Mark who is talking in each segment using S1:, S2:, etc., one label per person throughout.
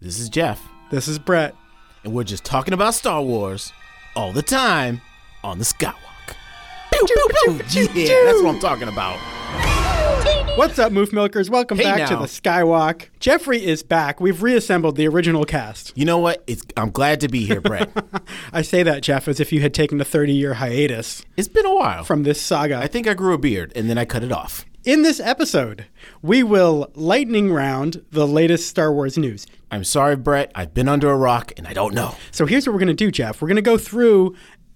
S1: This is Jeff,
S2: This is Brett.
S1: and we're just talking about Star Wars all the time on the Skywalk. Pew, pew, pew. Yeah, that's what I'm talking about.
S2: What's up, Moof Milkers? Welcome
S1: Hey,
S2: back to
S1: now.
S2: the Skywalk. Jeffrey is back. We've reassembled the original cast.
S1: You know what? It's I'm glad to be here, Brett.
S2: I say that, Jeff, as if you had taken a 30 year hiatus
S1: it's been a while.
S2: from this
S1: I
S2: saga.
S1: think I grew a beard and then I cut it off.
S2: In this episode, we will lightning round the latest Star Wars news.
S1: I'm sorry, Brett. I've been under a rock and I don't know.
S2: So here's what we're going to do, Jeff. We're going to go through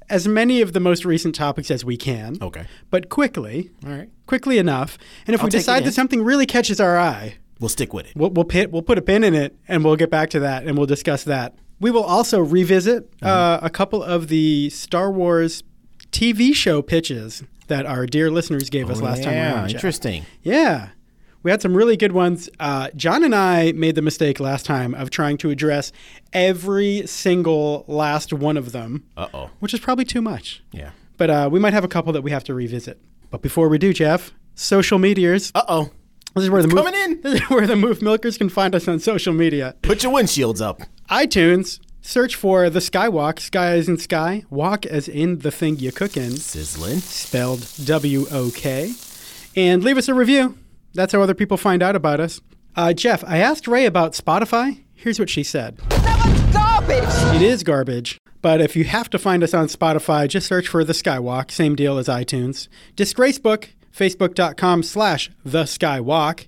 S2: as many of the most recent topics as we can.
S1: Okay.
S2: But quickly.
S1: All right.
S2: Quickly enough. And if we
S1: take it
S2: decide
S1: in.
S2: that something really catches our eye,
S1: We'll stick with it.
S2: we'll we'll, pit, we'll put a pin in it and we'll get back to that and we'll discuss that. We will also revisit
S1: Uh-huh.
S2: uh, a couple of the Star Wars TV show pitches that our dear listeners gave us last time
S1: Oh, yeah,
S2: around. Jeff.
S1: interesting.
S2: Yeah. We had some really good ones. Uh, John and I made the mistake last time of trying to address every single last one of them,
S1: Uh oh.
S2: which is probably too much.
S1: Yeah.
S2: But uh, we might have a couple that we have to revisit. But before we do, Jeff, social meteors.
S1: Uh oh.
S2: This is where the
S1: coming in.
S2: This is where the Move Milkers can find us on social media.
S1: Put your windshields up.
S2: iTunes. Search for the Skywalk. Sky as in sky. Walk as in the thing you cookin',
S1: Sizzling.
S2: spelled W O K. And leave us a review. That's how other people find out about us. Uh, Jeff, I asked Ray about Spotify. Here's what she said.
S3: That was garbage.
S2: It is garbage. But if you have to find us on Spotify, just search for The Skywalk. Same deal as iTunes. Disgrace Book, facebook.com slash The Skywalk.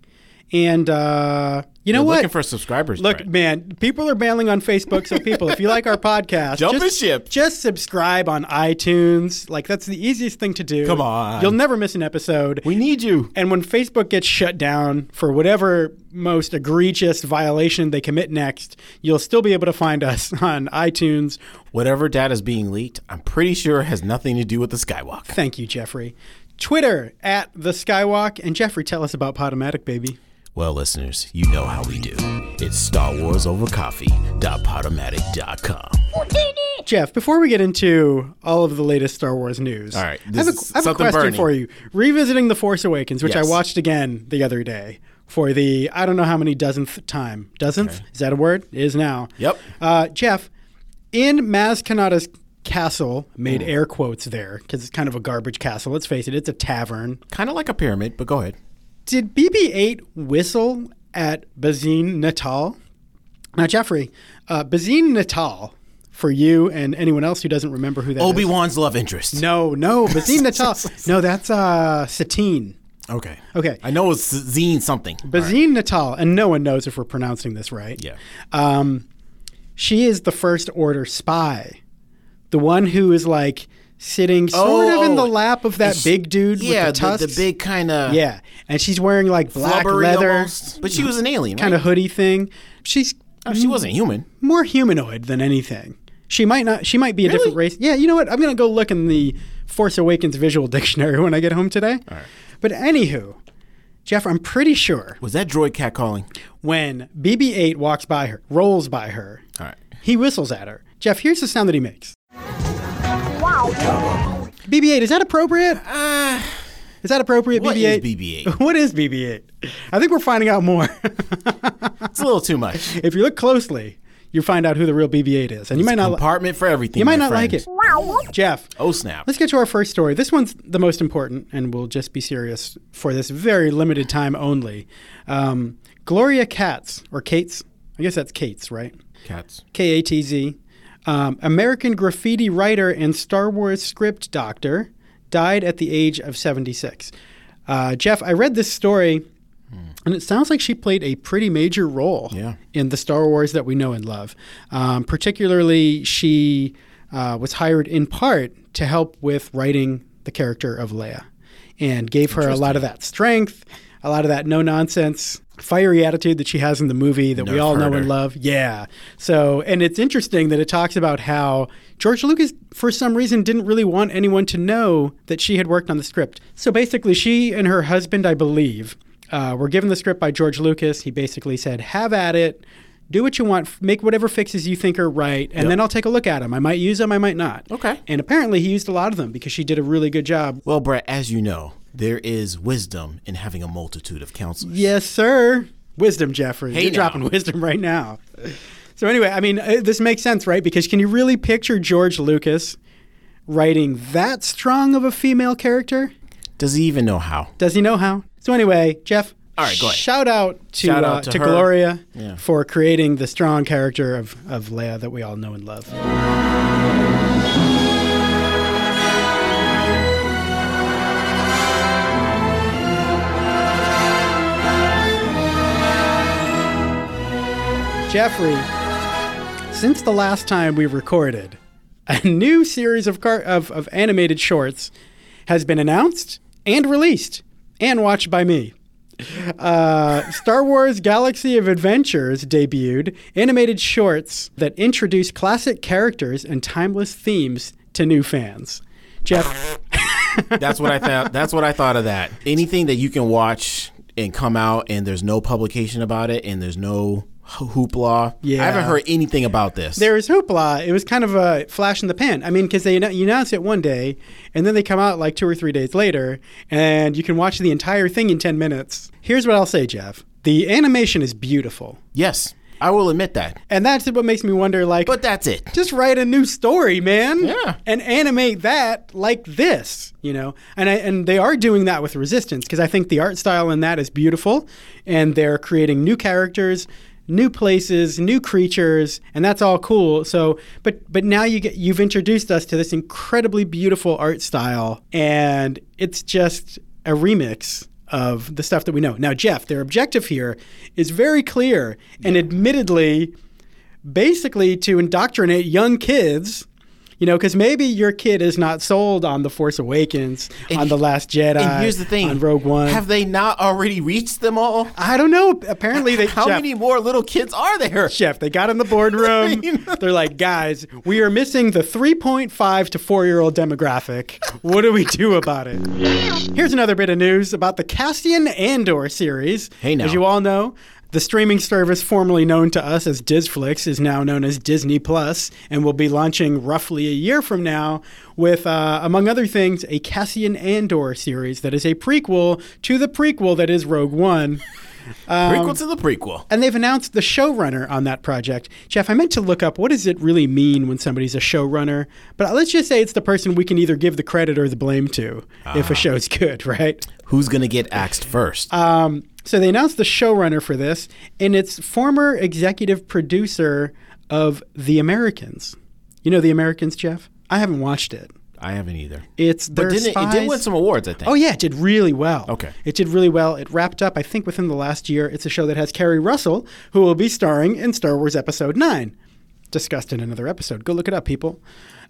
S2: And uh, you know
S1: You're
S2: what?
S1: looking for subscribers.
S2: Look,
S1: Brett.
S2: man, people are bailing on Facebook. So, people, if you like our podcast,
S1: Jump the
S2: just,
S1: ship.
S2: Just subscribe on iTunes. Like, that's the easiest thing to do.
S1: Come on.
S2: You'll never miss an episode.
S1: we need you.
S2: and when Facebook gets shut down for whatever most egregious violation they commit next, you'll still be able to find us on iTunes.
S1: Whatever data's being leaked, I'm pretty sure has nothing to do with the Skywalk.
S2: Thank you, Jeffrey. Twitter at The Skywalk. And, Jeffrey, tell us about Podomatic, baby.
S1: Well, listeners, you know how we do. It's Star Wars over coffee.podomatic.com.
S2: Jeff, before we get into all of the latest Star Wars news,
S1: All right,
S2: I have a,
S1: this is
S2: I have a
S1: something
S2: question
S1: burning.
S2: for you. Revisiting The Force Awakens, which
S1: Yes.
S2: I watched again the other day for the I don't know how many dozenth time. Dozenth? Is that a word? It is now.
S1: Yep.
S2: Uh, Jeff, in Maz Kanata's castle, made
S1: Mm.
S2: air quotes there because it's kind of a garbage castle. Let's face it, it's a tavern.
S1: Kind of like a pyramid, but go ahead.
S2: Did BB 8 whistle at Bazine Natal? Now, Jeffrey, uh, Bazine Natal, for you and anyone else who doesn't remember who that is-
S1: Obi Wan's love interest.
S2: No, no, Bazine Natal. No, that's uh, Satine.
S1: Okay.
S2: Okay.
S1: I know it's Zine something.
S2: Bazine Natal, and no one knows if we're pronouncing this right.
S1: Yeah.
S2: Um, she is the First Order spy, the one who is like sitting sort
S1: Oh,
S2: of in the
S1: oh.
S2: lap of that
S1: It's-
S2: big dude
S1: yeah,
S2: with the tusks.
S1: big kind of
S2: Yeah, and she's wearing like black
S1: flubbery
S2: leather,
S1: almost. But she was an alien,
S2: kind of
S1: right?
S2: hoodie thing. She's
S1: Oh, she wasn't human.
S2: more humanoid than anything. She might not. She might be a different race. Yeah, you know what? I'm gonna go look in the Force Awakens visual dictionary when I get home today. All right. But anywho, Jeff, I'm pretty sure
S1: Was that droid catcalling?
S2: when BB-8 walks by her, rolls by her,
S1: All right.
S2: he whistles at her. Jeff, here's the sound that he makes.
S3: Wow.
S2: BB-8, is that appropriate?
S1: Ah,
S2: is that appropriate?
S1: What
S2: BB-8.
S1: is BB-8?
S2: What is BB-8? I think we're finding out more.
S1: It's a little too much.
S2: if you look closely, you find out who the real BB-8 is, and you might not. li-
S1: Compartment for everything.
S2: you might
S1: my
S2: not like
S1: friend.
S2: it, Jeff.
S1: Oh snap!
S2: Let's get to our first story. This one's the most important, and we'll just be serious for this very limited time only. Um, Gloria Katz, or Kate's, I guess that's Kate's, right?
S1: Cats.
S2: K A T Z, um, American graffiti writer and Star Wars script doctor, died at the age of 76. Uh, Jeff, I read this story, and it sounds like she played a pretty major role
S1: Hmm. Yeah.
S2: in the Star Wars that we know and love. Um, particularly, she uh, was hired in part to help with writing the character of Leia and gave her a lot of that strength, a lot of that no nonsense, fiery attitude that she has in the movie that we
S1: Nerf
S2: all know
S1: herder.
S2: and love. Yeah. So, and it's interesting that it talks about how George Lucas, for some reason, didn't really want anyone to know that she had worked on the script. So basically, she and her husband, I believe, uh, were given the script by George Lucas. He basically said, Have at it. Do what you want. F- Make whatever fixes you think are right, and then I'll take a look at them. I might use them. I might not.
S1: Okay.
S2: And apparently, he used a lot of them because she did a really good job.
S1: Well, Brett, as you know, there is wisdom in having a multitude of counselors.
S2: Yes, sir. Wisdom, Jeffrey.
S1: Hey
S2: You're
S1: now.
S2: dropping wisdom right now. So anyway, I mean, uh, this makes sense, right? Because can you really picture George Lucas writing that strong of a female character?
S1: Does he even know how?
S2: Does he know how? So anyway, Jeff.
S1: All right, go ahead.
S2: Shout out to
S1: Shout
S2: uh,
S1: out
S2: to,
S1: to her.
S2: Gloria
S1: Yeah.
S2: for creating the strong character of of Leia that we all know and love. Jeffrey, since the last time we recorded, a new series of, car- of, of animated shorts has been announced and released and watched by me. Uh, Star Wars Galaxy of Adventures debuted animated shorts that introduce classic characters and timeless themes to new fans. Jeff,
S1: That's what I thought. That's what I thought of that. Anything that you can watch and come out, and there's no publication about it, and there's no ho- hoopla.
S2: Yeah.
S1: I haven't heard anything about this.
S2: there was hoopla. It was kind of a flash in the pan. I mean, because they annou- you announce it one day, and then they come out like two or three days later, and you can watch the entire thing in 10 minutes. Here's what I'll say, Jeff the animation is beautiful.
S1: yes, I will admit that.
S2: And that's what makes me wonder like,
S1: But that's it.
S2: just write a new story, man.
S1: Yeah.
S2: And animate that like this, you know. And I, and they are doing that with Resistance because I think the art style in that is beautiful, and they're creating new characters, new places, new creatures, and that's all cool. So, but but now you get you've introduced us to this incredibly beautiful art style, and it's just a remix of the stuff that we know. Now, Jeff, their objective here is very clear and admittedly basically to indoctrinate young kids. You know, because maybe your kid is not sold on The Force Awakens, on The Last Jedi,
S1: And here's the thing:
S2: Uh, on Rogue One.
S1: Have they not already reached them all?
S2: I don't know. Apparently, they
S1: How
S2: Jeff,
S1: many more little kids are there?
S2: Jeff, they got in the boardroom. They're like, guys, we are missing the 3.5 to 4 year old demographic. What do we do about it? Here's another bit of news about the Cassian Andor series.
S1: Hey, now.
S2: As you all know, the streaming service formerly known to us as Disflix is now known as Disney Plus and will be launching roughly a year from now with, uh, among other things, a Cassian Andor series that is a prequel to the prequel that is Rogue One. um,
S1: prequel to the prequel.
S2: And they've announced the showrunner on that project. Jeff, I meant to look up what does it really mean when somebody's a showrunner, but let's just say it's the person we can either give the credit or the blame to
S1: Ah.
S2: if a show's good, right?
S1: Who's gonna get axed first?
S2: Uh, So they announced the showrunner for this, and it's former executive producer of The Americans. You know The Americans, Jeff? I haven't watched it.
S1: I haven't either.
S2: It's
S1: but
S2: their
S1: didn't it, it did
S2: spies-
S1: win some awards? I think.
S2: Oh yeah, it did really well.
S1: Okay.
S2: it did really well. It wrapped up, I think, within the last year. It's a show that has Carrie Russell, who will be starring in Star Wars Episode Nine, discussed in another episode. Go look it up, people.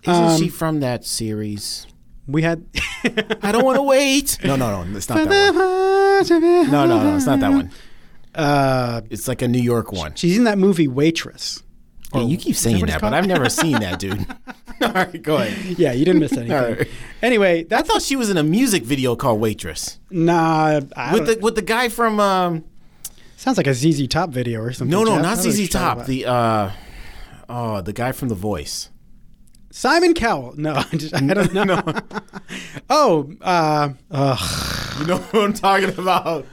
S1: Isn't
S2: Um,
S1: she from that series?
S2: We had
S1: I don't want to wait. No, no, no. It's not that one. No, no, no. It's not that one.
S2: Uh,
S1: It's like a New York one.
S2: she's in that movie Waitress.
S1: Yeah, you keep saying
S2: oh, what
S1: that,
S2: it's
S1: but
S2: called?
S1: I've never seen that, dude. All right, go ahead.
S2: Yeah, you didn't miss anything.
S1: right.
S2: Anyway,
S1: I
S2: that's
S1: thought she was in a music video called Waitress
S2: nah. I
S1: with
S2: don't,
S1: the with the guy from um,
S2: sounds like a ZZ Top video or something.
S1: no no
S2: Jeff. I
S1: not
S2: don't know what
S1: ZZ
S2: you're talking
S1: Top
S2: about.
S1: the uh oh the guy from The Voice
S2: Simon Cowell. No, I, just, I don't know. oh, uh,
S1: you know what I'm talking about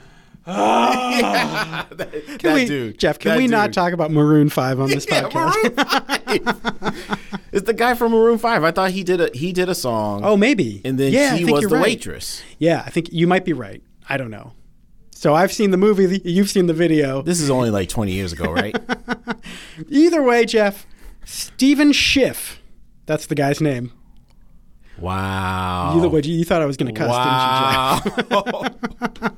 S1: Yeah, that, that
S2: we-
S1: dude
S2: Jeff, Ah. can
S1: That
S2: we not
S1: dude.
S2: talk about Maroon Five on this
S1: yeah,
S2: podcast?
S1: Maroon 5. it's the guy from Maroon Five I thought he did a he did a song
S2: Oh, maybe.
S1: and then
S2: yeah, I
S1: she
S2: think
S1: was
S2: you're
S1: the
S2: right.
S1: waitress
S2: Yeah, I think you might be right. I don't know. So I've seen the movie. the- You've seen the video.
S1: this is only like 20 years ago right
S2: Either way, Jeff, Stephen Schiff. That's the guy's name.
S1: wow
S2: Either way, you thought I was going to cuss,
S1: Oh. wow
S2: didn't you, Jeff?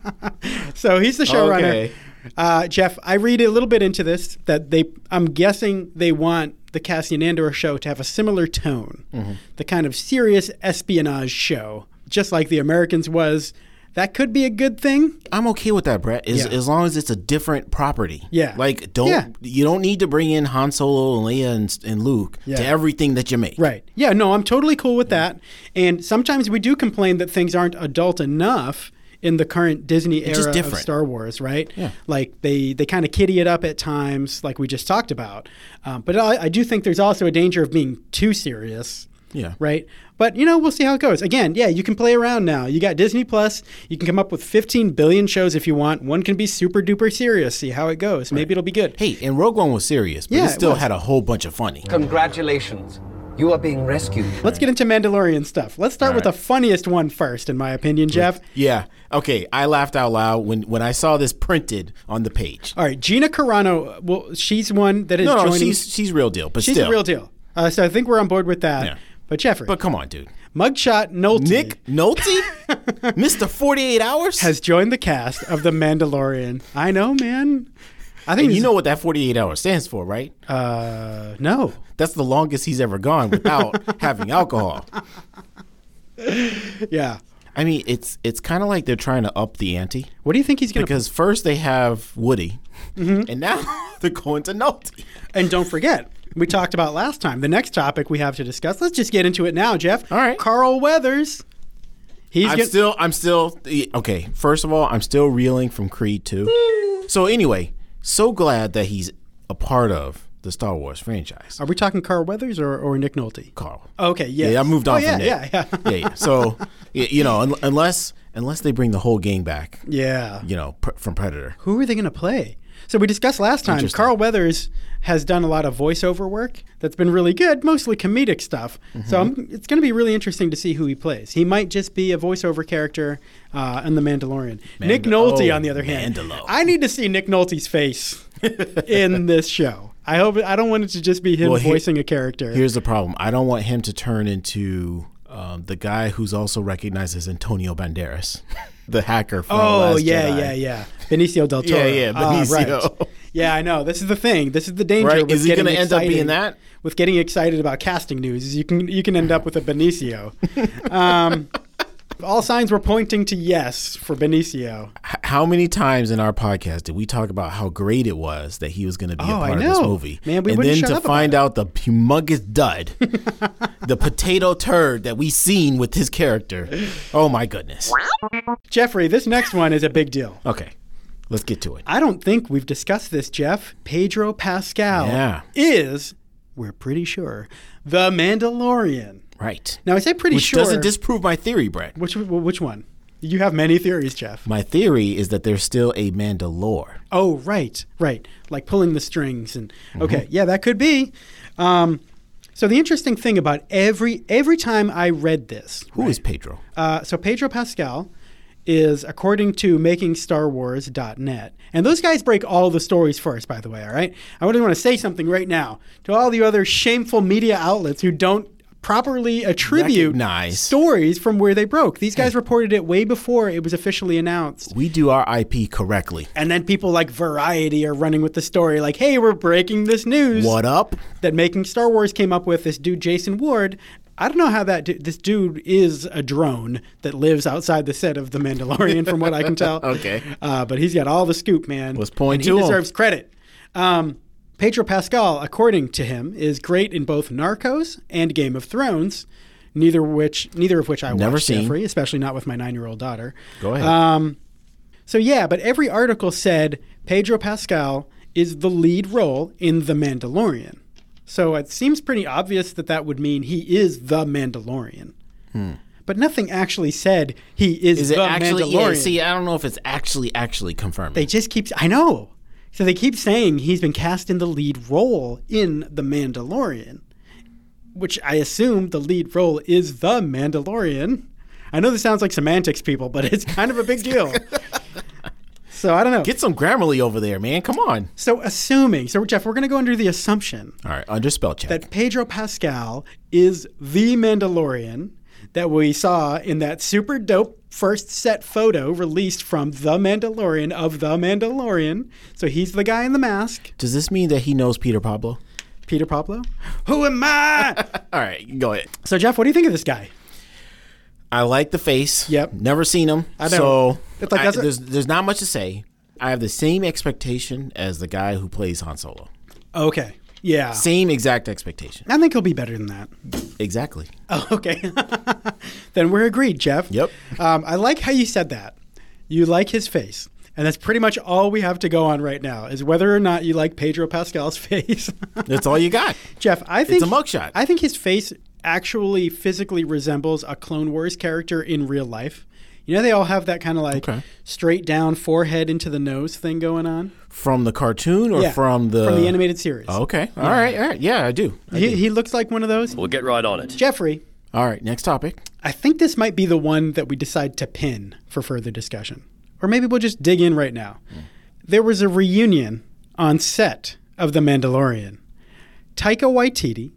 S2: So he's the showrunner.
S1: Okay.
S2: Uh, Jeff, I read a little bit into this that they, I'm guessing they want the Cassian Andor show to have a similar tone,
S1: Mm-hmm.
S2: the kind of serious espionage show, just like The Americans was. That could be a good thing.
S1: I'm okay with that, Brett. As,
S2: Yeah.
S1: as long as it's a different property.
S2: Yeah.
S1: Like don't
S2: Yeah.
S1: you don't need to bring in Han Solo and Leia and, and Luke
S2: Yeah.
S1: to everything that you make.
S2: Right. Yeah, no, I'm totally cool with that. And sometimes we do complain that things aren't adult enough in the current Disney era
S1: just
S2: of
S1: different.
S2: Star Wars, right?
S1: Yeah.
S2: Like they, they kind of kiddie it up at times, like we just talked about. Um, but I, I do think there's also a danger of being too serious
S1: Yeah.
S2: Right. But you know, we'll see how it goes. Again, yeah, you can play around now. You got Disney Plus. You can come up with 15 billion shows if you want. One can be super duper serious. See how it goes. Maybe it'll be good.
S1: Hey, and Rogue One was serious, but
S2: Yeah,
S1: it
S2: it
S1: still
S2: was.
S1: had a whole bunch of funny.
S4: Congratulations. You are being rescued.
S2: Let's get into Mandalorian stuff. Let's start with
S1: All right.
S2: the funniest one first, in my opinion, Jeff.
S1: Yeah. Okay. I laughed out loud when when I saw this printed on the page.
S2: All right, Gina Carano. Well, she's one that is
S1: No, no,
S2: Oh, joining.
S1: she's she's real deal, but
S2: she's
S1: still.
S2: the real deal. Uh, so I think we're on board with that.
S1: Yeah.
S2: But Jeffrey,
S1: But come on, dude.
S2: mugshot Nolte
S1: Nick Nolte, Mr. Forty Eight Hours.
S2: has joined the cast of The Mandalorian. I know, man. I think
S1: you know what that Forty Eight Hours stands for, right?
S2: Uh, no.
S1: That's the longest he's ever gone without having alcohol.
S2: Yeah.
S1: I mean, it's it's kind of like they're trying to up the ante
S2: What do you think he's gonna?
S1: because first they have Woody,
S2: Mm-hmm.
S1: and now they're going to Nolte.
S2: and don't forget, we talked about last time. The next topic we have to discuss. Let's just get into it now, Jeff.
S1: All right.
S2: Carl Weathers. He's
S1: I'm
S2: get-
S1: still, I'm still, okay. First of all, I'm still reeling from Creed 2.
S2: Mm.
S1: So, anyway, so glad that he's a part of the Star Wars franchise.
S2: Are we talking Carl Weathers or, or Nick Nolte?
S1: Carl.
S2: Okay. Oh. Yes.
S1: Yeah, I moved on
S2: Oh, yeah,
S1: from
S2: yeah.
S1: Nick.
S2: Yeah.
S1: yeah, yeah. So, y- you know, un- unless unless they bring the whole gang back,
S2: Yeah.
S1: you know, pr- from Predator.
S2: Who are they going to play? So we discussed last time.
S1: Interesting.
S2: Carl Weathers has done a lot of voiceover work that's been really good, mostly comedic stuff. So
S1: Mm-hmm.
S2: I'm, it's going to be really interesting to see who he plays. He might just be a voiceover character uh, in The Mandalorian. Nick
S1: Mandal-
S2: Nolte,
S1: oh,
S2: on the other hand,
S1: Mandalo.
S2: I need to see Nick Nolte's face in this show. I hope I don't want it to just be him
S1: Well, he-
S2: voicing a character.
S1: Here's the problem I don't want him to turn into um, the guy who's also recognized as Antonio Banderas, the hacker from
S2: Oh
S1: Last
S2: yeah,
S1: Jedi.
S2: yeah, yeah. Benicio del Toro.
S1: yeah,
S2: Ah,
S1: Benicio.
S2: right. Yeah, I know. This is the thing. This is the danger.
S1: Right,
S2: with
S1: is he
S2: getting
S1: gonna end up being
S2: excited-
S1: that?
S2: With getting excited about casting news, is you can you can end up with a Benicio. um, all signs were pointing to yes for Benicio.
S1: H- how many times in our podcast did we talk about how great it was that he was going to be
S2: Oh,
S1: a
S2: I
S1: part of this
S2: know.
S1: movie?
S2: Man, we
S1: and
S2: wouldn't
S1: then
S2: shut
S1: to
S2: up about
S1: find out the humongous dud, the potato turd that we seen with his character. Oh my goodness.
S2: Jeffrey, this next one is a big deal.
S1: Okay, let's get to it.
S2: I don't think we've discussed this, Jeff. Pedro Pascal
S1: Yeah.
S2: is, we're pretty sure, the Mandalorian.
S1: Right.
S2: Now I say pretty
S1: which
S2: sure.
S1: doesn't disprove my theory, Brett.
S2: which which one? You have many theories, Jeff.
S1: My theory is that there's still a Mandalore.
S2: Oh, right, right. Like pulling the strings and
S1: Mm-hmm.
S2: okay, yeah, that could be. Um, so the interesting thing about every every time I read this,
S1: Who is Pedro?
S2: uh, so Pedro Pascal is according to makingstarwars.net. And those guys break all the stories first, by the way, all right? I really want to say something right now to all the other shameful media outlets who don't properly attribute
S1: Recognize.
S2: stories from where they broke. These guys reported it way before it was officially announced.
S1: we do our IP correctly.
S2: And then people like Variety are running with the story, like, hey, we're breaking this news
S1: What up?
S2: that making Star Wars came up with this dude, Jason Ward. I don't know how that du- this dude is a drone that lives outside the set of The Mandalorian, from what I can tell.
S1: Okay.
S2: Uh, but he's got all the scoop, man.
S1: Let's point
S2: and
S1: to
S2: He
S1: him.
S2: deserves credit. Um, Pedro Pascal, according to him, is great in both Narcos and Game of Thrones. Neither which, neither of which I
S1: Never
S2: watched,
S1: seen.
S2: Jeffrey, especially not with my nine-year-old daughter.
S1: Go ahead.
S2: Um, So yeah, but every article said Pedro Pascal is the lead role in The Mandalorian. So it seems pretty obvious that that would mean he is the Mandalorian. But nothing actually said he is,
S1: is it
S2: the
S1: actually? Yeah,
S2: Mandalorian.
S1: see, I don't know if it's actually actually confirmed.
S2: they just keep I know. So they keep saying he's been cast in the lead role in The Mandalorian, which I assume the lead role is The Mandalorian. I know this sounds like semantics people, but it's kind of a big deal. so I don't know.
S1: Get some Grammarly over there, man. Come on.
S2: So assuming, so Jeff, we're going to go under the assumption
S1: All right, under spell check.
S2: that Pedro Pascal is the Mandalorian that we saw in that super dope first set photo released from The Mandalorian of The Mandalorian. So he's the guy in the mask,
S1: Does this mean that he knows Peter Pablo?
S2: Peter Pablo. Who am I?
S1: All right, go ahead.
S2: so Jeff, what do you think of this guy?
S1: I like the face.
S2: Yep.
S1: Never seen him. I
S2: know.
S1: So
S2: It's like
S1: I-
S2: that's a-
S1: there's there's not much to say. I have the same expectation as the guy who plays Han Solo.
S2: Okay. Yeah.
S1: Same exact expectation.
S2: I think he'll be better than that.
S1: Exactly.
S2: Oh, okay. then we're agreed, Jeff.
S1: Yep.
S2: Um, I like how you said that. You like his face. And that's pretty much all we have to go on right now is whether or not you like Pedro Pascal's face.
S1: That's all you got.
S2: Jeff, I think
S1: a mugshot.
S2: I think his face actually physically resembles a Clone Wars character in real life. You know, they all have that kind of like
S1: Okay.
S2: straight down forehead into the nose thing going on.
S1: From the cartoon or
S2: Yeah,
S1: from the Oh,
S2: from the animated series.
S1: Okay. All right. All right. Yeah, I do. I
S2: He,
S1: do.
S2: he looks like one of those.
S5: We'll get right on it.
S2: Jeffrey,
S1: All right. Next topic.
S2: I think this might be the one that we decide to pin for further discussion. Or maybe we'll just dig in right now. There was a reunion on set of The Mandalorian. Taika Waititi,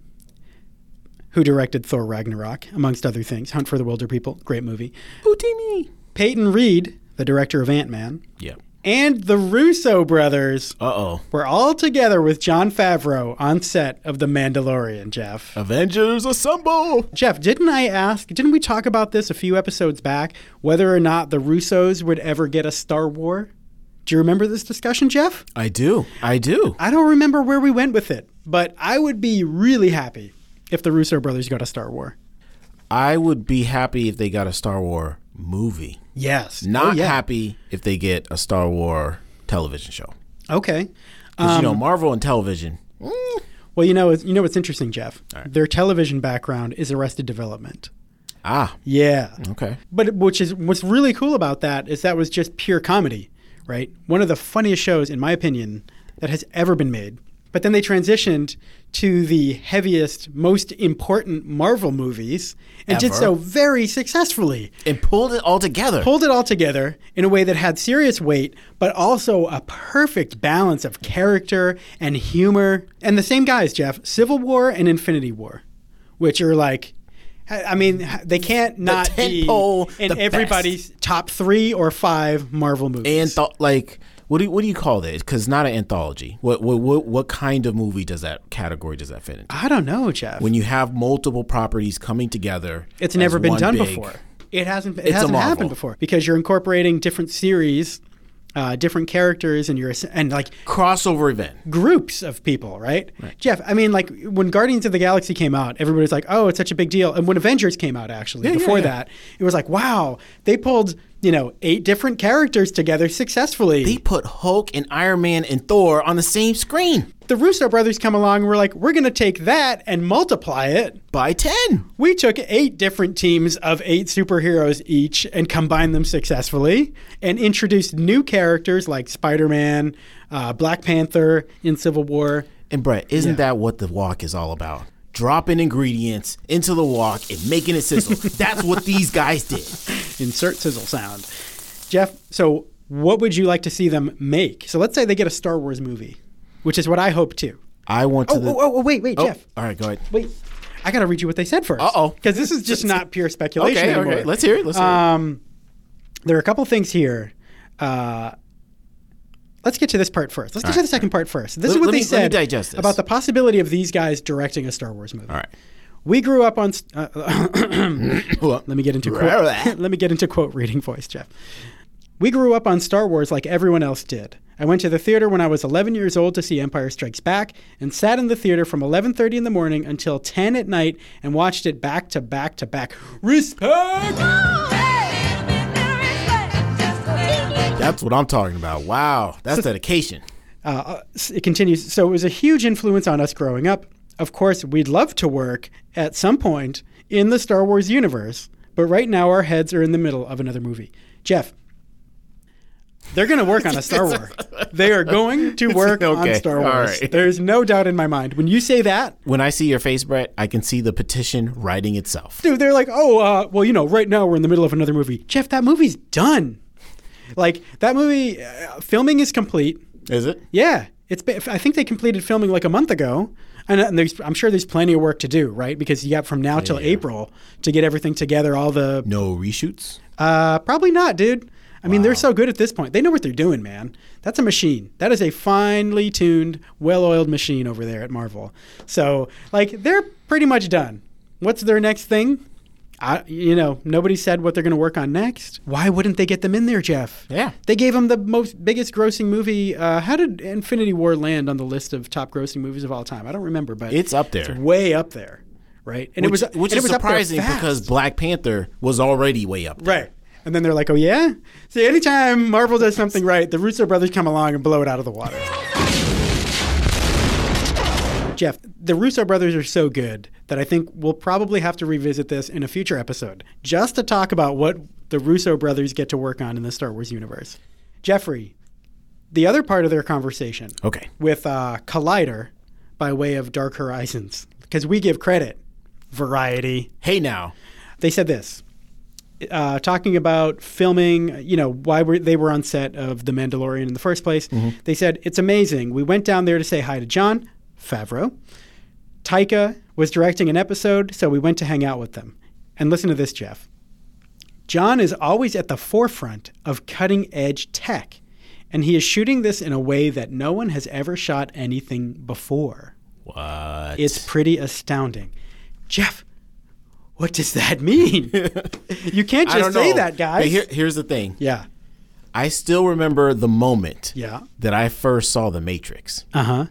S2: who directed Thor Ragnarok, amongst other things, Hunt for the Wilder People, great movie.
S1: Houdini.
S2: Peyton Reed, the director of Ant Man,
S1: Yeah.
S2: and the Russo brothers
S1: Uh oh.
S2: were all together with John Favreau on set of The Mandalorian, Jeff.
S1: Avengers assemble.
S2: Jeff, didn't I ask, didn't we talk about this a few episodes back, whether or not the Russos would ever get a Star War? Do you remember this discussion, Jeff?
S1: I do. I do.
S2: I don't remember where we went with it, but I would be really happy if the Russo brothers got a Star War.
S1: I would be happy if they got a Star War movie.
S2: Yes.
S1: Not
S2: Oh, yeah.
S1: happy if they get a Star War television show.
S2: Okay.
S1: 'Cause, you know,
S2: Um,
S1: Marvel and television.
S2: Well, you know, you know what's interesting, Jeff? Their television background is Arrested Development.
S1: Ah.
S2: Yeah.
S1: Okay.
S2: But which is what's really cool about that is that was just pure comedy, right? One of the funniest shows, in my opinion, that has ever been made. But then they transitioned to the heaviest, most important Marvel movies and did
S1: Ever.
S2: so very successfully.
S1: And pulled it all together.
S2: Pulled it all together in a way that had serious weight, but also a perfect balance of character and humor. And the same guys, Jeff, Civil War and Infinity War, which are like, I I mean, they can't not be
S1: tentpole,
S2: in
S1: the best.
S2: everybody's top three or five Marvel movies.
S1: Anth- like what do you, what do you call this? Because not an anthology. What, what what what kind of movie does that category does that fit into?
S2: I don't know, Jeff.
S1: When you have multiple properties coming together,
S2: It's
S1: as
S2: never been
S1: one
S2: done
S1: big-
S2: before. It hasn't. It
S1: It's a
S2: hasn't
S1: marvel.
S2: happened before because you're incorporating different series, uh, different characters, and you're and like
S1: crossover event.
S2: groups of people, right? Jeff, I mean, like when Guardians of the Galaxy came out, everybody's like, "Oh, it's such a big deal." And when Avengers came out, actually, before
S1: yeah.
S2: that, it was like, "Wow, they pulled you know eight different characters together successfully."
S1: They put Hulk and Iron Man and Thor on the same screen
S2: the Russo brothers come along, and we're like, "We're going to take that and multiply it."
S1: by ten.
S2: We took eight different teams of eight superheroes each and combined them successfully and introduced new characters like Spider Man, uh, Black Panther in Civil War.
S1: And Brett, isn't that what the walk is all about? Dropping ingredients into the walk and making it sizzle. That's what these guys did.
S2: Insert sizzle sound. Jeff, so what would you like to see them make? So let's say they get a Star Wars movie, which is what I hope to.
S1: I want to.
S2: Oh,
S1: the,
S2: oh, oh, oh, wait, wait,
S1: Oh,
S2: Jeff.
S1: All right, go ahead.
S2: Wait. I got to read you what they said first.
S1: Uh-oh.
S2: Because this is just not pure speculation.
S1: Okay,
S2: anymore.
S1: okay. Let's hear it. Let's hear
S2: Uh,
S1: it.
S2: Um, there are a couple things here. Uh, let's get to this part first. Let's get to the second part first. This
S1: Let-
S2: is what
S1: let
S2: they
S1: me- let me
S2: said
S1: digest this.
S2: about the possibility of these guys directing a Star Wars movie.
S1: All right.
S2: We grew up on. st- Uh,
S1: Hold
S2: let me get into
S1: Rah-rah.
S2: quote. let me get into quote reading voice, Jeff. We grew up on Star Wars like everyone else did. I went to the theater when I was 11 years old to see Empire Strikes Back and sat in the theater from 11:30 in the morning until 10 at night and watched it back to back to back. Respect.
S1: That's what I'm talking about. Wow, that's dedication.
S2: it continues. So it was a huge influence on us growing up. Of course, we'd love to work at some point in the Star Wars universe, but right now our heads are in the middle of another movie. Jeff, they're going to work on a Star Wars. They are going to work
S1: Okay,
S2: on Star
S1: all
S2: Wars.
S1: right.
S2: There's no doubt in my mind. When you say that,
S1: When I see your face, Brett, I can see the petition writing itself.
S2: dude, they're like, oh, uh, well, you know, right now we're in the middle of another movie. Jeff, that movie's done. Like, that movie, uh, filming is complete.
S1: Is it?
S2: Yeah, it's. Been, I think they completed filming like a month ago, and, and there's, I'm sure there's plenty of work to do, right? Because you got from now till April to get everything together. All the
S1: No reshoots.
S2: uh, probably not, dude. I mean, they're so good at this point. They know what they're doing, man. That's a machine. That is a finely tuned, well-oiled machine over there at Marvel. So, like, they're pretty much done. What's their next thing? I, you know, nobody said what they're going to work on next. Why wouldn't they get them in there, Jeff?
S1: Yeah.
S2: They gave him the most biggest grossing movie. Uh, how did Infinity War land on the list of top grossing movies of all time? I don't remember, but
S1: It's up there.
S2: It's way up there, right? And
S1: which,
S2: it was
S1: which
S2: and
S1: is
S2: it was up there
S1: surprising
S2: fast.
S1: because Black Panther was already way up. There.
S2: Right. And then they're like, oh, yeah? See, anytime Marvel does something right, the Russo brothers come along and blow it out of the water. Jeff, the Russo brothers are so good that I think we'll probably have to revisit this in a future episode just to talk about what the Russo brothers get to work on in the Star Wars universe. Jeffrey, the other part of their conversation
S1: Okay.
S2: with uh, Collider by way of Dark Horizons, because we give credit, variety.
S1: Hey now.
S2: They said this. Uh, talking about filming, you know, why were, they were on set of The Mandalorian in the first place. They said, It's amazing. We went down there to say hi to John Favreau. Taika was directing an episode, so we went to hang out with them. And listen to this, Jeff. John is always at the forefront of cutting edge tech, and he is shooting this in a way that no one has ever shot anything before.
S1: What?
S2: It's pretty astounding. Jeff, what does that mean? you can't
S1: I don't
S2: just say
S1: know.
S2: that, guys.
S1: But here, here's the thing.
S2: yeah.
S1: I still remember the moment
S2: Yeah.
S1: that I first saw The Matrix.
S2: Uh huh.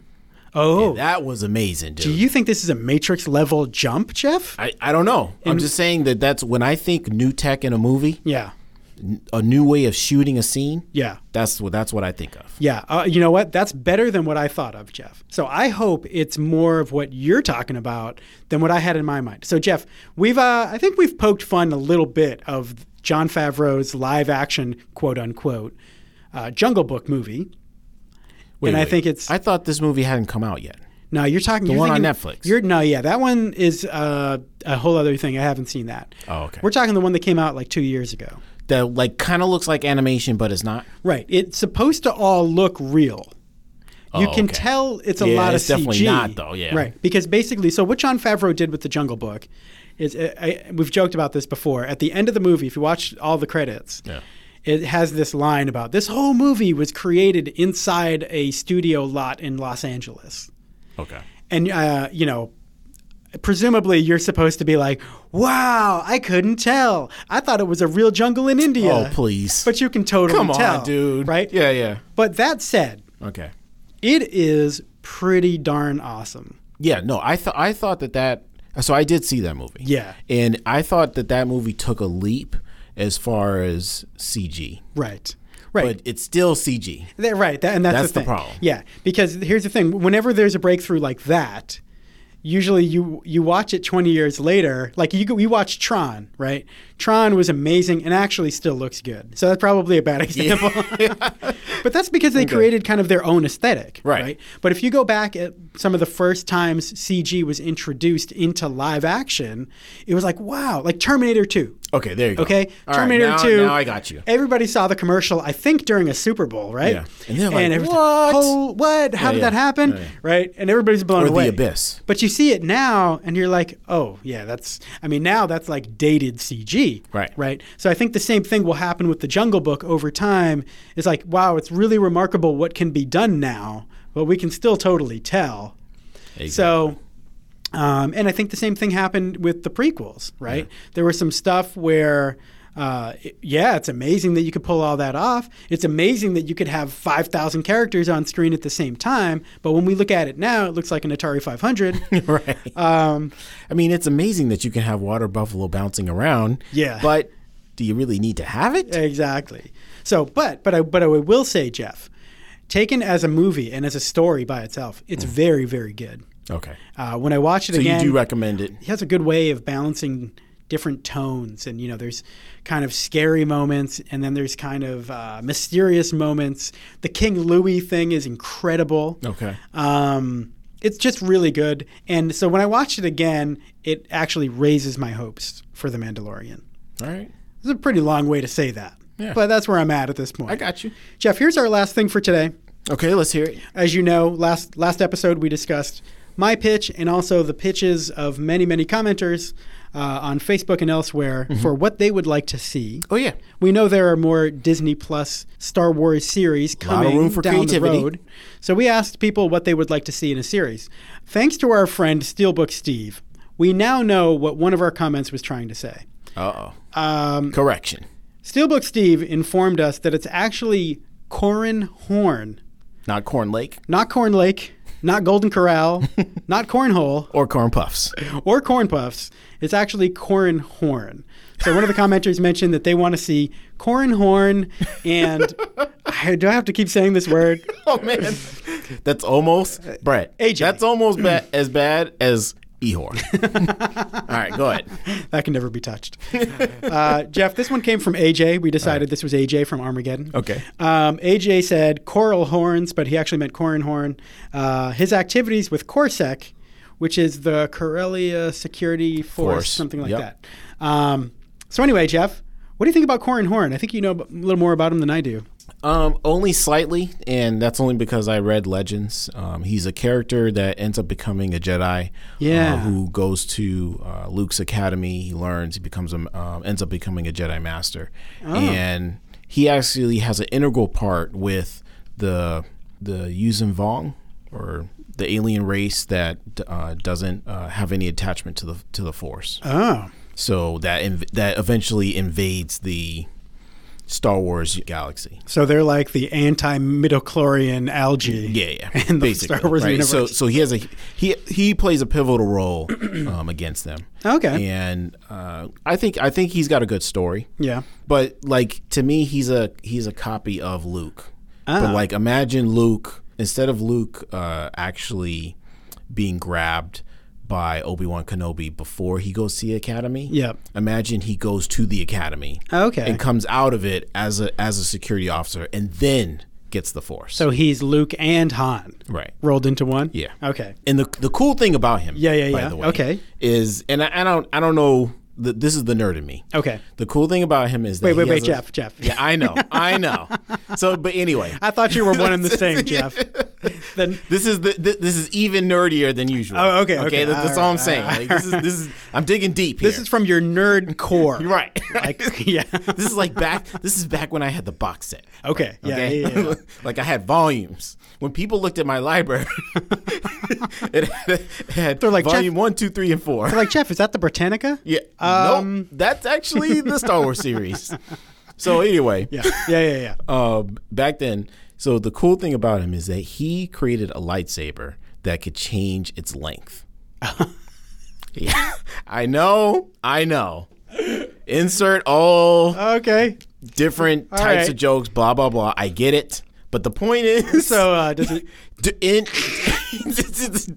S2: Oh,
S1: That was amazing, dude.
S2: do you think this is a Matrix level jump, Jeff?
S1: I, I don't know. I'm just saying that that's when I think new tech in a movie,
S2: yeah.
S1: a new way of shooting a scene.
S2: Yeah.
S1: That's what that's what I think of.
S2: Yeah. Uh, you know what? That's better than what I thought of, Jeff. So I hope it's more of what you're talking about than what I had in my mind. So Jeff, we've uh, I think we've poked fun a little bit of John Favreau's live action quote unquote uh, Jungle Book movie.
S1: Wait,
S2: and I
S1: wait.
S2: think it's
S1: I thought this movie hadn't come out yet.
S2: No, you're talking the
S1: one on Netflix.
S2: You're no, yeah, that one is uh, a whole other thing. I haven't seen that.
S1: Oh, okay.
S2: We're talking the one that came out like two years ago.
S1: That like kind of looks like animation, but it's not.
S2: Right. It's supposed to all look real. You
S1: Oh,
S2: can
S1: okay.
S2: tell it's a
S1: Yeah,
S2: lot
S1: it's
S2: of
S1: definitely
S2: CG.
S1: not, though, yeah.
S2: Right. Because basically, so what John Favreau did with the Jungle Book is uh, I, we've joked about this before. At the end of the movie, if you watch all the credits,
S1: Yeah.
S2: it has this line about this whole movie was created inside a studio lot in Los Angeles.
S1: Okay.
S2: and uh, you know presumably you're supposed to be like wow i couldn't tell i thought it was a real jungle in india
S1: Oh, please.
S2: but you can totally
S1: Come on,
S2: tell,
S1: dude.
S2: right
S1: Yeah, yeah.
S2: but that said
S1: Okay.
S2: it is pretty darn awesome
S1: Yeah, no, I thought I thought that that so I did see that movie.
S2: Yeah.
S1: and I thought that that movie took a leap as far as CG,
S2: right right
S1: but it's still CG.
S2: That- right, that, and that's,
S1: That's
S2: the,
S1: the
S2: thing.
S1: problem.
S2: Yeah, because here's the thing: whenever there's a breakthrough like that, usually you you watch it 20 years later. Like you go- you watch Tron, right? Tron was amazing and actually still looks good. So that's probably a bad example. but that's because they created kind of their own aesthetic,
S1: Right.
S2: But if you go back at some of the first times CG was introduced into live action, it was like wow, like Terminator 2.
S1: Okay, there you go.
S2: Okay,
S1: All right,
S2: Terminator
S1: now-
S2: Two.
S1: Now I got you.
S2: Everybody saw the commercial, I think, during a Super Bowl, right?
S1: Yeah. And they're like,
S2: everything,
S1: "What?"
S2: "Oh, what? How
S1: Yeah,
S2: did
S1: yeah.
S2: that happen?"
S1: Yeah, yeah.
S2: Right? And everybody's blown
S1: Or the
S2: away.
S1: abyss.
S2: But you see it now, and you're like, "Oh, yeah, that's." I mean, now that's like dated CG.
S1: Right.
S2: Right. So I think the same thing will happen with the Jungle Book over time. It's like, wow, it's really remarkable what can be done now, but we can still totally tell. So, um, and I think the same thing happened with the prequels, right? There was some stuff where, uh, it- yeah, it's amazing that you could pull all that off. It's amazing that you could have 5,000 characters on screen at the same time. But when we look at it now, it looks like an Atari 500.
S1: right.
S2: um,
S1: I mean, it's amazing that you can have water buffalo bouncing around.
S2: Yeah. Uh,
S1: but do you really need to have it?
S2: exactly. So, but, but I, but I will say, Jeff, taken as a movie and as a story by itself, it's very, very good.
S1: Okay,
S2: Uh, when I watch it
S1: Mm. so
S2: again,
S1: you do recommend it.
S2: he has a good way of balancing different tones and you know there's kind of scary moments and then there's kind of uh, mysterious moments the king louis thing is incredible
S1: Okay,
S2: um, it's just really good and so when i watched it again it actually raises my hopes for the mandalorian
S1: all right,
S2: it's a pretty long way to say that
S1: Yeah.
S2: but that's where i'm at at this point
S1: I got you.
S2: jeff here's our last thing for today
S1: Okay, let's hear it.
S2: as you know, last last episode we discussed my pitch and also the pitches of many many commenters uh, on Facebook and elsewhere
S1: Mm-hmm.
S2: for what they would like to see.
S1: Oh yeah,
S2: We know there are more Disney Plus Star Wars series
S1: Lot of
S2: coming
S1: room for
S2: down
S1: creativity.
S2: the road. So we asked people what they would like to see in a series. Thanks to our friend Steelbook Steve, we now know what one of our comments was trying to say.
S1: uh oh. Um, Correction.
S2: Steelbook Steve informed us that it's actually Corin Horn,
S1: Not Corn Lake.
S2: not Corn Lake, not Golden Corral, not Cornhole,
S1: or corn puffs.
S2: or corn puffs. It's actually corn horn. So one of the commenters mentioned that they want to see corn horn and I do I have to keep saying this word?
S1: Oh man, that's almost Brett.
S2: AJ.
S1: that's almost ba- as bad as Ehor. All right, go ahead.
S2: That can never be touched. Uh, Jeff, this one came from AJ. We decided this was AJ from Armageddon.
S1: Okay.
S2: Um, AJ said coral horns, but he actually meant corn horn. Uh, his activities with Corsec, which is the Corelia Security Force,
S1: Force.
S2: something like
S1: Yep.
S2: that. Um, so anyway, Jeff, what do you think about corn horn? I think you know a little more about him than I do.
S1: Um, only slightly, and that's only because I read Legends. Um, he's a character that ends up becoming a Jedi. uh,
S2: Yeah.
S1: who goes to uh, Luke's academy? He learns. He becomes a um, ends up becoming a Jedi master,
S2: Oh.
S1: and he actually has an integral part with the the Yuuzhan Vong or the alien race that uh, doesn't uh, have any attachment to the to the Force.
S2: Oh,
S1: So that inv- that eventually invades the Star Wars galaxy.
S2: so they're like the anti-midichlorian algae.
S1: Yeah, yeah.
S2: In the Star Wars
S1: So,
S2: universe.
S1: so he has a he he plays a pivotal role um, against them.
S2: Okay.
S1: and uh, I think I think he's got a good story.
S2: Yeah.
S1: but like to me, he's a he's a copy of Luke.
S2: Ah.
S1: But like, imagine Luke instead of Luke uh, actually being grabbed by Obi Wan Kenobi before he goes to the academy.
S2: Yep.
S1: Imagine he goes to the academy.
S2: Okay.
S1: And comes out of it as a as a security officer, and then gets the Force.
S2: So he's Luke and Han.
S1: Right.
S2: Rolled into one.
S1: Yeah.
S2: Okay.
S1: And the the cool thing about him,
S2: Yeah, yeah,
S1: by
S2: yeah.
S1: the way,
S2: Okay.
S1: is and I, I don't I don't know. The, this is the nerd in me.
S2: Okay.
S1: The cool thing about him is that
S2: Wait, wait,
S1: he
S2: wait,
S1: has a-
S2: Jeff, Jeff.
S1: Yeah, I know, I know. So, but anyway,
S2: I thought you were one and the same, Jeff. Then
S1: this is the th- this is even nerdier than usual.
S2: Oh, okay, okay.
S1: that- that's
S2: All
S1: all, I'm
S2: right,
S1: saying.
S2: all
S1: Like, this is this is I'm digging deep
S2: this
S1: here.
S2: is from your nerd core.
S1: right.
S2: Like, yeah.
S1: this is like back. This is back when I had the box set.
S2: Okay. Yeah.
S1: Okay.
S2: yeah, yeah, yeah.
S1: like I had volumes. When people looked at my library, it had, it had
S2: They're like, Jeff-
S1: volume one, two, three, and four.
S2: Like Jeff, is that the Britannica?
S1: Yeah.
S2: Um,
S1: nope. That's actually the Star Wars series. So anyway,
S2: Yeah. Yeah. Yeah. Yeah.
S1: uh, back then, so the cool thing about him is that he created a lightsaber that could change its length. yeah. I know. I know. Insert all
S2: Okay.
S1: different types
S2: right.
S1: of jokes, blah blah blah. I get it. But the point is
S2: So uh, does it?
S1: D- in- just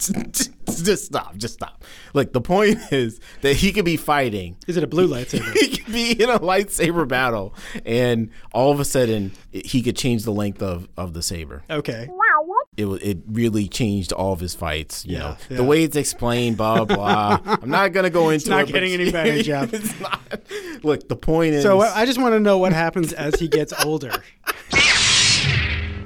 S1: stop, just stop. Look, the point is that he could be fighting
S2: Is it a blue lightsaber?
S1: he could be in a lightsaber battle, and all of a sudden it- he could change the length of, of the saber.
S2: Okay.
S1: It wa- it really changed all of his fights. You know
S2: Yeah, yeah.
S1: the way it's explained, blah blah. I'm not gonna go into
S2: not
S1: it, but
S2: getting any better, Jeff.
S1: it's not. Look, the point is.
S2: So uh, I just want to know what happens as he gets older.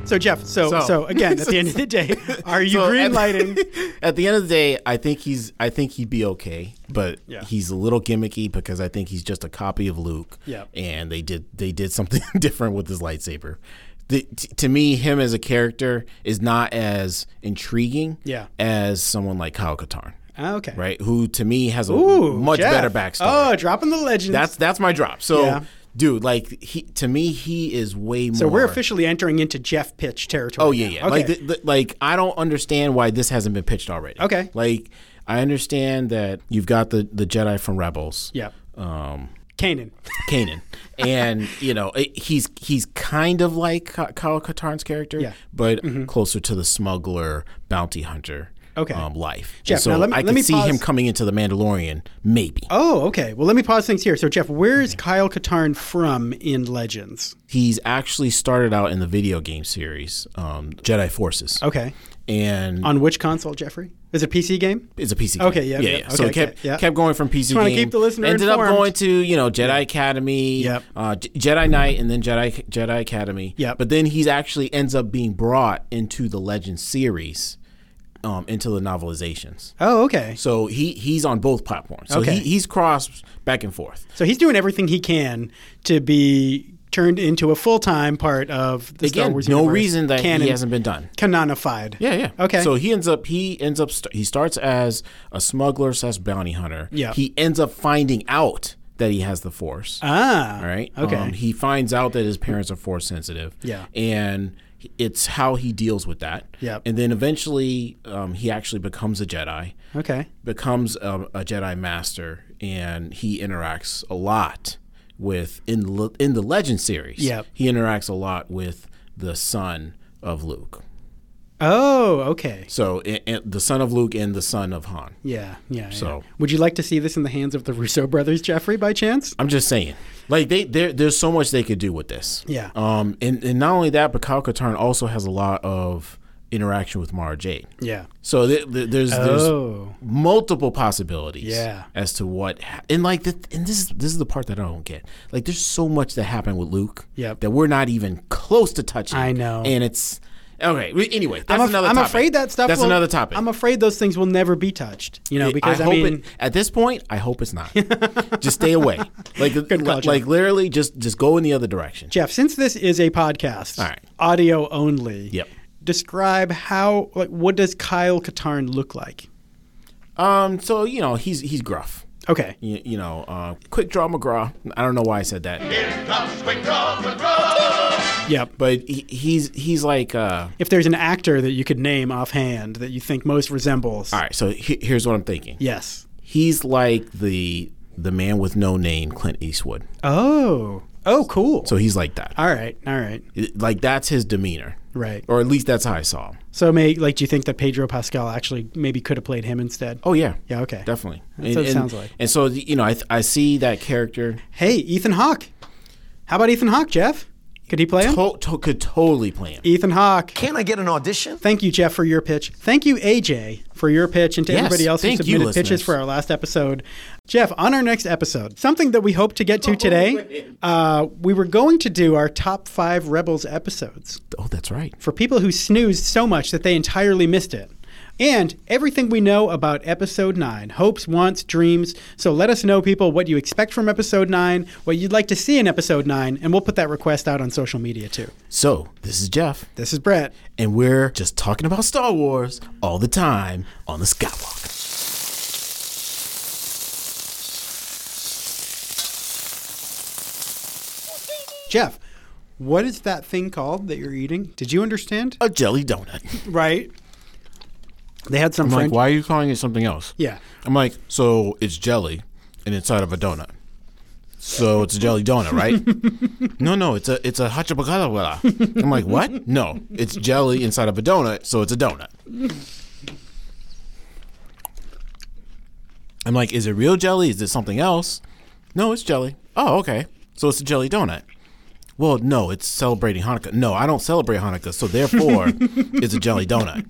S2: So Jeff, so so,
S1: So-
S2: again, at the end of the day, are you
S1: so
S2: green
S1: at-
S2: lighting?
S1: At the end of the day, I think he's. I think he'd be okay, but
S2: Yeah.
S1: he's a little gimmicky because I think he's just a copy of Luke.
S2: Yeah.
S1: and they did they did something different with his lightsaber. The, t- to me, him as a character is not as intriguing.
S2: Yeah.
S1: as someone like Kyle Katarn,
S2: Ah, okay.
S1: right? Who to me has a
S2: Ooh,
S1: much
S2: Jeff.
S1: better backstory.
S2: Oh, dropping the legends.
S1: that's that's my drop. So.
S2: Yeah.
S1: Dude, like he to me, he is way more.
S2: so we're officially entering into Jeff pitch territory.
S1: Oh yeah,
S2: now.
S1: yeah.
S2: Okay.
S1: Like, th- th- like I don't understand why this hasn't been pitched already.
S2: Okay.
S1: Like, I understand that you've got the the Jedi from Rebels.
S2: Yep.
S1: Um,
S2: Kanan.
S1: Kanan, and you know it, he's he's kind of like Ka- Kyle Katarn's character,
S2: Yeah. Mm-hmm.
S1: but closer to the smuggler bounty hunter.
S2: Okay.
S1: Um, life. And
S2: Jeff,
S1: so
S2: now let
S1: I
S2: me- let
S1: could
S2: me
S1: see him
S2: pause.
S1: coming into the Mandalorian, maybe.
S2: Oh, okay. Well, let me pause things here. So, Jeff, where is Kyle Katarn from in Legends?
S1: He's actually started out in the video game series, um, Jedi Forces.
S2: Okay.
S1: And
S2: On which console, Jeffrey? Is it PC game?
S1: It's a PC.
S2: Okay,
S1: game.
S2: yeah,
S1: yeah,
S2: yeah.
S1: yeah. so
S2: Okay,
S1: it kept
S2: okay, yeah.
S1: kept going from PC.
S2: wanna
S1: game,
S2: keep the listener
S1: Ended
S2: informed.
S1: up going to you know Jedi Academy,
S2: Yep.
S1: uh, J- Jedi Knight, and then Jedi Jedi Academy.
S2: Yep.
S1: But then he's actually ends up being brought into the Legends series, um, into the novelizations.
S2: Oh, okay.
S1: So he he's on both platforms. So
S2: Okay.
S1: he, he's crossed back and forth.
S2: So he's doing everything he can to be turned into a full time part of the Star
S1: Again,
S2: Wars
S1: no
S2: universe,
S1: reason that
S2: canon-
S1: he hasn't been done.
S2: canonified.
S1: Yeah, yeah.
S2: Okay.
S1: So he ends up he ends up st- he starts as a smuggler slash bounty hunter.
S2: Yeah.
S1: He ends up finding out that he has the force.
S2: ah,
S1: All right.
S2: Okay.
S1: Um, he finds out that his parents are force sensitive.
S2: Yeah.
S1: And he- it's how he deals with that.
S2: Yep.
S1: And then eventually, um, he actually becomes a Jedi,
S2: Okay.
S1: becomes a, a Jedi Master, and he interacts a lot with in the le- in the Legend series.
S2: Yep.
S1: He interacts a lot with the son of Luke.
S2: Oh, okay.
S1: So i i- the son of Luke and the son of Han.
S2: Yeah, yeah.
S1: So-
S2: yeah. would you like to see this in the hands of the Russo brothers, Jeffrey, by chance?
S1: I'm just saying. Like they there there's so much they could do with this.
S2: Yeah.
S1: Um and, and not only that, but Kyle Katarn also has a lot of interaction with Mara Jade.
S2: Yeah.
S1: So th- th- there's
S2: Oh.
S1: there's multiple possibilities
S2: Yeah.
S1: as to what ha- and like the, and this is this is the part that I don't get. Like there's so much that happened with Luke
S2: Yep.
S1: that we're not even close to touching.
S2: I know.
S1: And it's okay. we- Anyway, that's
S2: I'm, af-
S1: another
S2: I'm
S1: topic.
S2: afraid that stuff.
S1: That's
S2: will-
S1: another topic.
S2: I'm afraid those things will never be touched. You know, because I,
S1: hope
S2: mean,
S1: it, at this point, I hope it's not. just stay away. Like,
S2: call,
S1: like,
S2: Jeff.
S1: literally, just just go in the other direction.
S2: Jeff, since this is a podcast,
S1: All right.
S2: audio only.
S1: Yep.
S2: Describe how, like, what does Kyle Katarn look like?
S1: Um. So you know, he's he's gruff.
S2: Okay.
S1: You, you know, uh, quick draw McGraw. I don't know why I said that,
S2: Yep.
S1: but he, he's he's like. Uh,
S2: If there's an actor that you could name offhand that you think most resembles,
S1: all right. So he, here's what I'm thinking.
S2: yes.
S1: He's like the the man with no name, Clint Eastwood.
S2: Oh. Oh, cool.
S1: So he's like that.
S2: all right. All right.
S1: Like that's his demeanor.
S2: Right.
S1: Or at least that's how I saw him.
S2: So, may like, do you think that Pedro Pascal actually maybe could have played him instead?
S1: Oh yeah.
S2: Yeah, okay.
S1: Definitely.
S2: That's what it sounds like.
S1: And so you know, I th- I see that character
S2: Hey, Ethan Hawke. How about Ethan Hawke, Jeff? Could he play him?
S1: to- to- could totally play him.
S2: Ethan Hawke.
S4: Can I get an audition?
S2: Thank you, Jeff, for your pitch. Thank you, AJ, for your pitch, and to
S1: Yes,
S2: everybody else who
S1: thank you,
S2: submitted pitches
S1: listeners.
S2: for our last episode. Jeff, on our next episode, something that we hope to get to
S4: Oh,
S2: today, uh, we were going to do our top five Rebels episodes
S1: Oh, that's right.
S2: for people who snoozed so much that they entirely missed it. And everything we know about episode 9 hopes, wants, dreams. So let us know, people, what you expect from episode 9, what you'd like to see in episode 9, and we'll put that request out on social media too.
S1: So, this is Jeff,
S2: This is Brett.
S1: and we're just talking about Star Wars all the time on the Skywalk.
S2: Jeff, what is that thing called that you're eating? Did you understand?
S1: A jelly donut.
S2: Right. They had some
S1: I'm like,
S2: French.
S1: why are you calling it something else?
S2: Yeah.
S1: I'm like, so it's jelly and inside of a donut. So it's a jelly donut, right? no, no, it's a it's a hachapacalabala. I'm like, what? No, it's jelly inside of a donut, so it's a donut. I'm like, is it real jelly? Is it something else? No, it's jelly. Oh, okay. So it's a jelly donut. Well, no, it's celebrating Hanukkah. No, I don't celebrate Hanukkah, so therefore, it's a jelly donut.